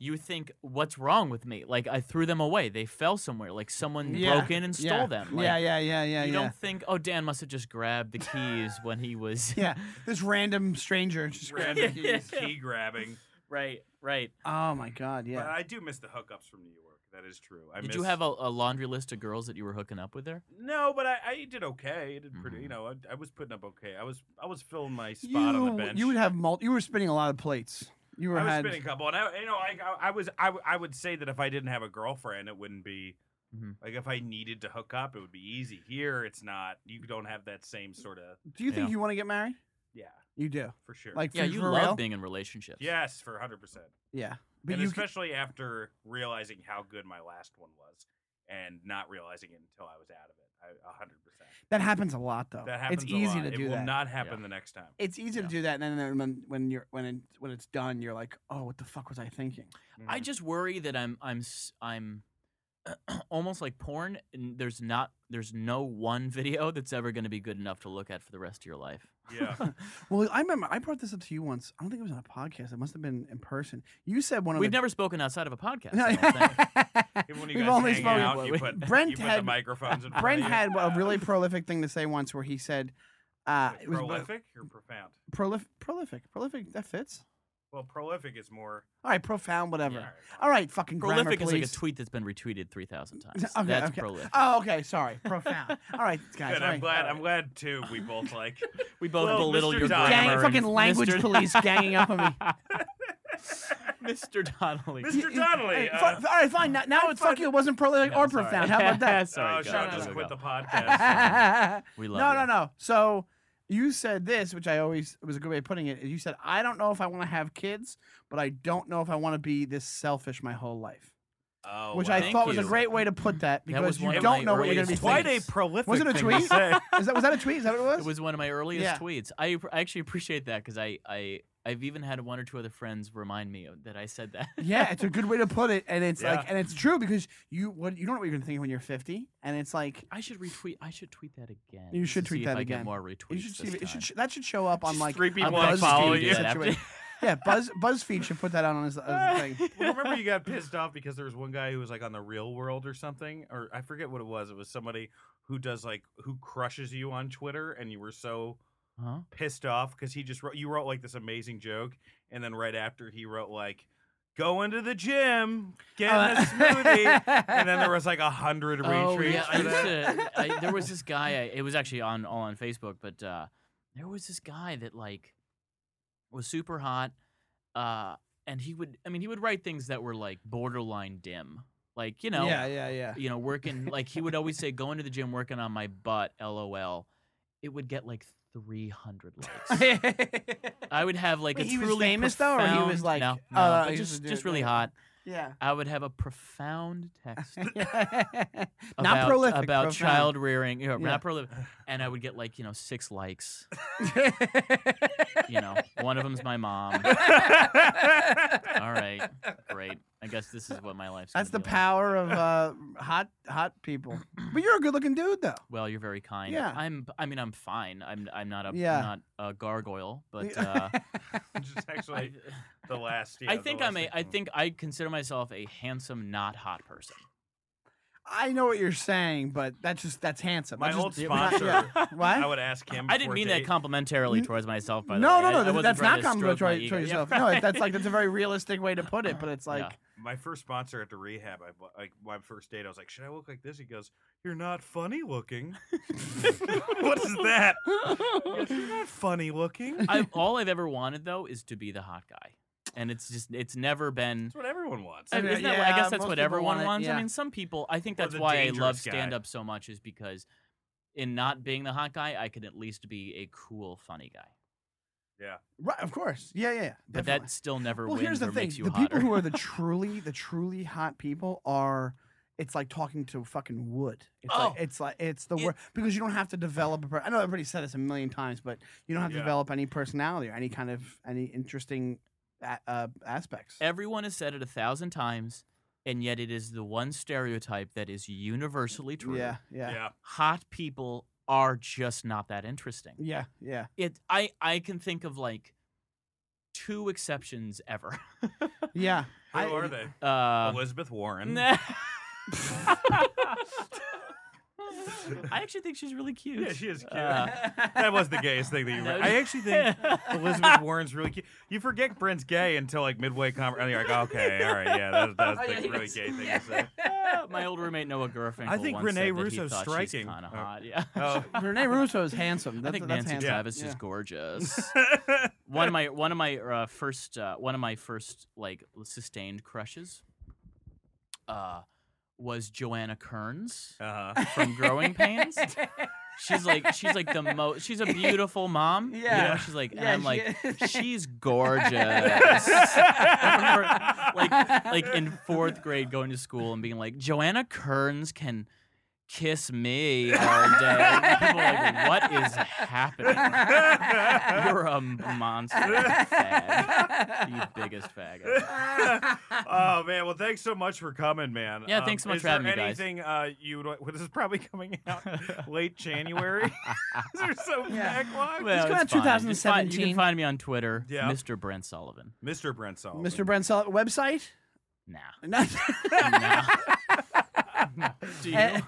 you think what's wrong with me? Like I threw them away. They fell somewhere. Like someone Yeah. broke in and stole yeah. them. Like, Yeah, yeah, yeah, yeah, You yeah. don't think oh Dan must have just grabbed the keys when he was Yeah, this random stranger just grabbed Random the Yeah. keys. key grabbing. right right. Oh my god, But yeah. I do miss the hookups from New York. That is true. I Did miss... you have a, a laundry list of girls that you were hooking up with there? No, but I, I did okay. I did pretty. You Mhm. know, I, I was putting up okay. I was I was filling my spot Mm-hmm. You, on the bench. you would have mul- You were spinning a lot of plates. You were I was had. spinning a couple, and I, you know, I, I, I was, I, w- I would say that if I didn't have a girlfriend, it wouldn't be Mhm. Mm-hmm. like if I needed to hook up, it would be easy. Here, it's not. You don't have that same sort of, Do you think Yeah. you want to get married? yeah, You do. for sure. Like Yeah, for, you for love real? being in relationships. yes, for hundred percent, Yeah, but and you. c- especially after realizing how good my last one was, and not realizing it until I was out of it. I, a hundred percent. That happens a lot, though. That happens. Oh, It's a easy lot. to do It will that. not happen Yeah. the next time. it's easy Yeah. to do that, and then when, when you're when it, when it's done, you're like, oh, what the fuck was I thinking? Mm. I just worry that I'm I'm s- I'm almost like porn. And there's not there's no one video that's ever going to be good enough to look at for the rest of your life. yeah. Well, I remember I brought this up to you once. I don't think it was on a podcast. It must have been in person. You said one of We've the. never spoken outside of a podcast. No, I don't think. Even when you We've guys only hang spoken. out, you we- put, Brent you put the had- microphones in front Brent of you. had a Uh, really prolific thing to say once, where he said, uh, like it was prolific or profound? prolif- prolific, prolific. That fits. Well, prolific is more. All right, profound, whatever. All right, All right, fucking grammar, prolific is like a please. tweet that's been retweeted three thousand times. Okay, that's okay. prolific. Oh, okay. Sorry, profound. All right, guys. Good. all I'm right, glad. all I'm glad too. We both like. We both Well, belittle Mr. your Dyer- Gang, grammar. and fucking language Mr. police ganging up on me. Mr. Donnelly. Mr. Y- y- Donnelly, hey, fu- uh, all right, fine. Now, now it's fuck you. It wasn't prolific No, or sorry. profound. How about that? sorry, oh, go, Sean go, just go, quit go. the podcast. We love no, you. no, no. So you said this, which I always it was a good way of putting it. is You said I don't know if I want to have kids, but I don't know if I want to be this selfish my whole life, oh, which wow. I Thank thought was a you. great way to put that That was because you one of don't my know what you're going to be earliest Quite thinking. a prolific. Was it a thing to tweet? say. Is that was that a tweet? Is that what it was? It was one of my earliest Yeah. tweets. I pr- I actually appreciate that because I, I I've even had one or two other friends remind me of- that I said that. yeah, it's a good way to put it, and it's like, Yeah. and it's true because you what you don't know what you're going to think when you're 50, and it's like I should retweet. I should tweet that again. You just should to tweet see that if I again. Get more retweets. you should see this it time. should sh- that should show up on Just like three people on BuzzFeed follow you. situation. yeah, Buzz BuzzFeed should put that on as, as a thing. Well, remember you got pissed off because there was one guy who was like on the real world or something, or I forget what it was. It was somebody who does like who crushes you on Twitter, and you were so Huh? pissed off because he just wrote you wrote like this amazing joke, and then right after he wrote like, "Go into the gym, get Uh, a smoothie," and then there was like a hundred Oh retweets yeah, I for used that. to, I, there was this guy. I, it was actually on all on Facebook, but uh, there was this guy that like was super hot, uh, and he would. I mean, he would write things that were like borderline dim, like you know, Yeah, yeah, yeah. you know, working like he would always say, going to the gym, working on my butt, lol. It would get like 300 likes. I would have like Wait, a he was truly famous, though, or he was, profound- like, no, oh, no, I but used to just do just it really later. hot. yeah. I would have a profound text about, Not prolific. about profound. child rearing, you know, Yeah. not prolific, and I would get like you know six likes. you know, one of them's my mom. All right, great. I guess this is what my life's. That's the gonna be like. power of uh, hot hot people. But you're a good looking dude though. Well, you're very kind. Yeah. I'm. I mean, I'm fine. I'm. I'm not a. Yeah. Not a gargoyle, but. Uh, Which is actually I- the last. Yeah, I the think last I'm a. thing. I think I consider myself a handsome, not hot person. I know what you're saying, but that's just that's handsome. my That's old just- we're not- sponsor. yeah. I What? would ask him. I didn't before mean date- that complimentarily N- towards myself. By the No, way. no, I- I no. wasn't that's trying not to stroke my complimentary ego. to Yeah, yourself. right. No, that's like that's a very realistic way to put it. But it's like, my first sponsor at the rehab, I bu- like my first date, I was like, "Should I look like this?" He goes, "You're not funny looking." what is that? He goes, You're not funny looking. That's I, all I've ever wanted though is to be the hot guy, and it's just it's never been. what everyone wants. I Yeah, mean, isn't that what- I guess that's most what people everyone want it, wants. yeah. I mean, some people. I think Or that's the why I love dangerous guy. stand up so much is because, in not being the hot guy, I could at least be a cool, funny guy. right? Of course, yeah, yeah. yeah, But definitely. that still never well, wins here's the or thing: makes you the hotter. people who are the truly, the truly hot people are. It's like talking to fucking wood. It's Oh. like it's like it's the It- worst because you don't have to develop. A per- I know everybody said this a million times, but you don't have to Yeah. develop any personality or any kind of any interesting a- uh, aspects. Everyone has said it a thousand times, and yet it is the one stereotype that is universally true. Yeah, yeah, Yeah, Hot people are just not that interesting. yeah, yeah. It I I can think of like two exceptions ever. yeah. who I- are they? Uh, Elizabeth Warren. nah. I actually think she's really cute. Yeah, she is cute. Uh, that was the gayest thing that you. No. I actually think Elizabeth Warren's really cute. You forget Brent's gay until like midway conversation. And you're like, okay, all right, yeah, that, that's Oh, yeah, the he really was- gay thing to say. My old roommate Noah Gerfinkel. I think once Rene said that he Russo's thought she's striking. kinda Oh. hot, Yeah. Oh. Rene Russo is handsome. I That's, think that's Nancy handsome. Travis Yeah. is gorgeous. one of my one of my uh, first uh, one of my first like sustained crushes uh, was Joanna Kearns uh-huh. Uh, from Growing Pains. She's like she's like the most. She's a beautiful mom. you know? Yeah. She's like, and Yeah, I'm like, she- she's gorgeous. I like like in fourth grade going to school and being like joanna kearns can kiss me all day And people are like what is happening you're a monster fag. you biggest fag ever. oh man, well thanks so much for coming, man. Um, Yeah, thanks so much is for having there me, guys. Anything uh, you would like- well, this is probably coming out late January. They're so Yeah. backlogged. Well, come out it's fine. Just find- You 2017. can find me on Twitter, Yeah. Mr. Brent Sullivan. Mr. Brent Sullivan. Mr. Brensell website? Nah. No. nah. Do you? Uh,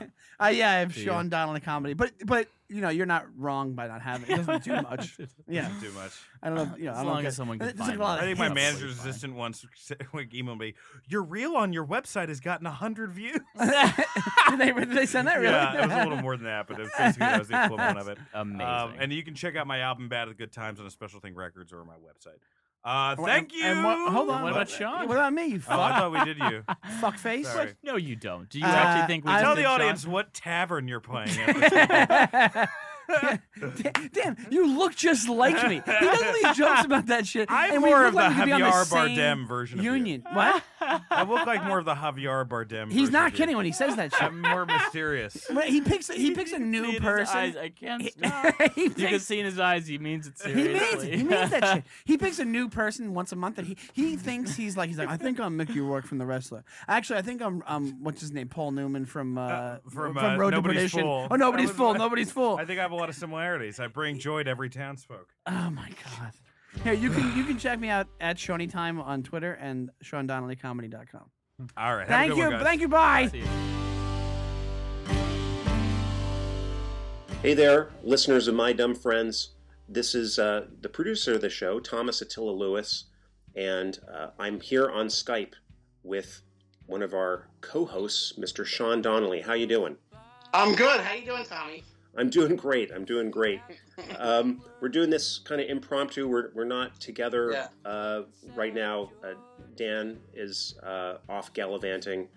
uh, yeah, I have Do you? Sean Donnelly comedy, but but you know you're not wrong by not having it. Doesn't do much. Yeah, Too much. I don't know. You know, As I don't long get- as someone can there's, like, find a lot it. I of think my hits. manager's Absolutely Uh, fine. assistant once said- like, emailed me, "Your reel on your website has gotten hundred views." did, they, did they send that really? Yeah, it was a little more than that, but it was basically that was the equivalent of it. Amazing. Um, and you can check out my album "Bad at the Good Times" on a Special Thing Records or my website. Uh, Well, thank you. and- and what- hold on. what about Sean? What about me? You Oh, I fuck, thought we did you. fuck face. Sorry. What? No, you don't. Do you Uh, actually think we I- Tell the did, Sean? audience what tavern you're playing at. damn, damn, you look just like me. He does these jokes about that shit. I'm and we more of look the like we could be on Javier same Bardem version of you. Union. What? I look like more of the Javier Bardem. He's version not of you. kidding when he says that shit. I'm more mysterious. But he picks he picks a See new in his person. eyes, I can't He- stop. he You can picks see in his eyes he means it He seriously. means it. He means that shit. He picks a new person once a month, and he he thinks he's like he's like I think I'm Mickey Rourke from The Wrestler. Actually, I think I'm um what's his name Paul Newman from uh, from, from, uh, Road to Nobody's Perdition. Fool. Oh, nobody's That was- full. Nobody's full. I think I have a lot of similarities. I bring joy to every townsfolk. Oh my god. Here you can you can check me out at Shawnee Time on Twitter and SeanDonnellyComedy.com. All right. have a Thank good you, one, guys. thank you, bye. See ya. Hey there, listeners of My Dumb Friends. This is uh, the producer of the show, Thomas Attila Lewis, and uh, I'm here on Skype with one of our co-hosts, Mr. Sean Donnelly. How you doing? I'm good. How you doing, Tommy? I'm doing great. I'm doing great. Um, we're doing this kind of impromptu. We're, we're not together Yeah. uh, right now. Uh, Dan is uh, off gallivanting.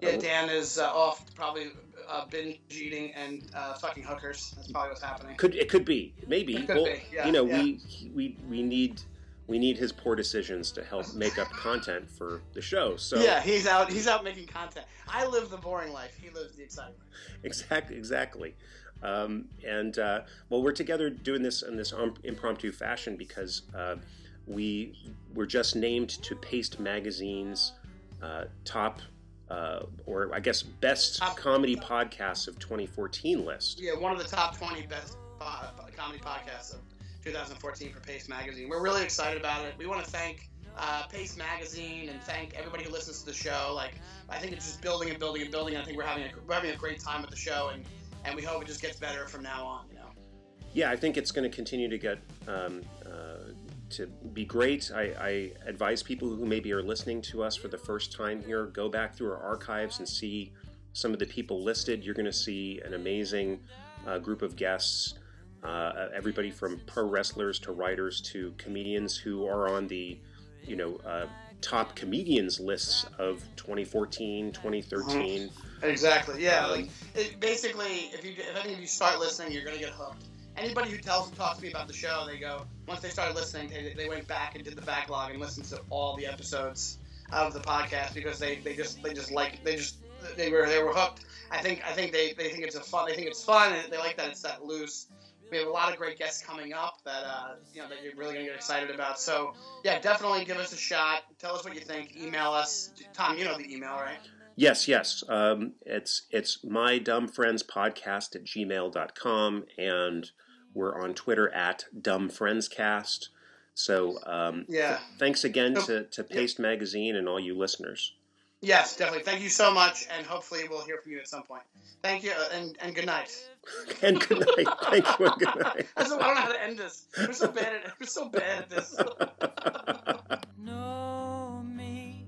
Yeah, Dan is uh, off, probably uh, binge eating and uh, fucking hookers. That's probably what's happening. Could it could be maybe? It could well, be, yeah, you know, yeah. we he- we we need we need his poor decisions to help make up content for the show. So Yeah, he's out. He's out making content. I live the boring life. He lives the exciting life. exactly, exactly. Um, and uh, well, we're together doing this in this um, impromptu fashion because uh, we were just named to Paste Magazine's uh, top, uh, or I guess best Top- comedy podcasts of 2014 list. Yeah, one of the top 20 best po- comedy podcasts of 2014 for Pace Magazine. We're really excited about it. We want to thank uh, Pace Magazine and thank everybody who listens to the show. Like, I think it's just building and building and building. I think we're having a, we're having a great time with the show, and and we hope it just gets better from now on. You know. yeah, I think it's going to continue to get um, uh, to be great. I, I advise people who maybe are listening to us for the first time here go back through our archives and see some of the people listed. You're going to see an amazing uh, group of guests. Uh, everybody from pro wrestlers to writers to comedians who are on the, you know, uh, top comedians lists of 2014, 2013. Exactly. Yeah. Um, like it, basically, if you if any of you start listening, you're gonna get hooked. Anybody who tells talks to me about the show, they go once they started listening, they, they went back and did the backlog and listened to all the episodes of the podcast because they, they just they just like they just they were they were hooked. I think I think they, they think it's a fun they think it's fun and they like that it's that loose. We have a lot of great guests coming up that uh, you know that you're really gonna get excited about. So yeah, definitely give us a shot. Tell us what you think. Email us, Tom. You know the email, right? Yes, yes. Um, it's it's my dumb friends podcast at gmail.com and we're on Twitter at dumb friends cast. So um, Yeah. thanks again Nope. to, to Paste Magazine and all you listeners. Yes, definitely. Thank you so much, and hopefully we'll hear from you at some point. Thank you, uh, and, and good night. And good night. Thank you and good night. I don't know how to end this. We're so bad at we're so bad at this. Know me,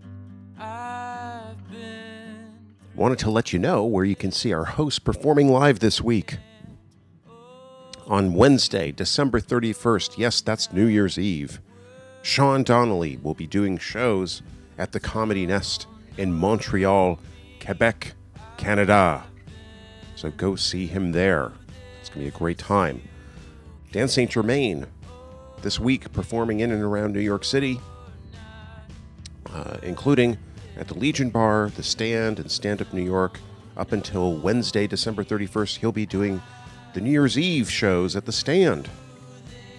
I've been Wanted to let you know where you can see our hosts performing live this week. On Wednesday, December 31st, yes, that's New Year's Eve, Sean Donnelly will be doing shows at the Comedy Nest in Montreal, Quebec, Canada. So go see him there. It's going to be a great time. Dan St. Germain this week performing in and around New York City, uh, including at the Legion Bar, the Stand, and Stand Up New York. Up until Wednesday, December 31st, he'll be doing the New Year's Eve shows at the Stand.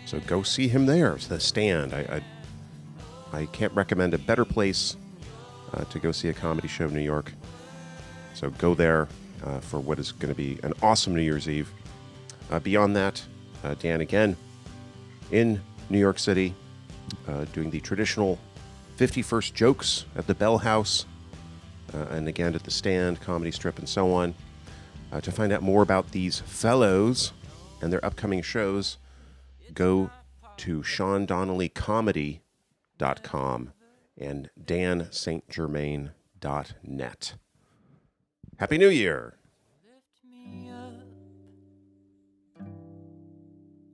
So go see him there. It's the Stand. I, I, I can't recommend a better place uh, to go see a comedy show in New York. So go there uh, for what is going to be an awesome New Year's Eve. Uh, beyond that, uh, Dan again in New York City uh, doing the traditional 51st jokes at the Bell House uh, and again at the Stand, Comedy Strip, and so on. Uh, to find out more about these fellows and their upcoming shows, go to SeanDonnellyComedy.com and DanSt.Germain.net. Happy New Year! Lift me up.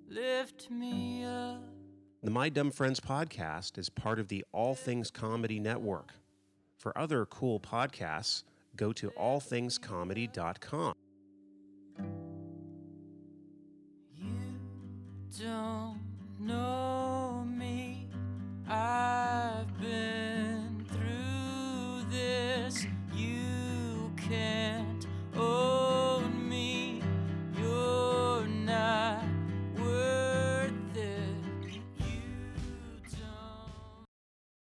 Lift me up. The My Dumb Friends podcast is part of the All Things Comedy Network. For other cool podcasts, go to allthingscomedy.com.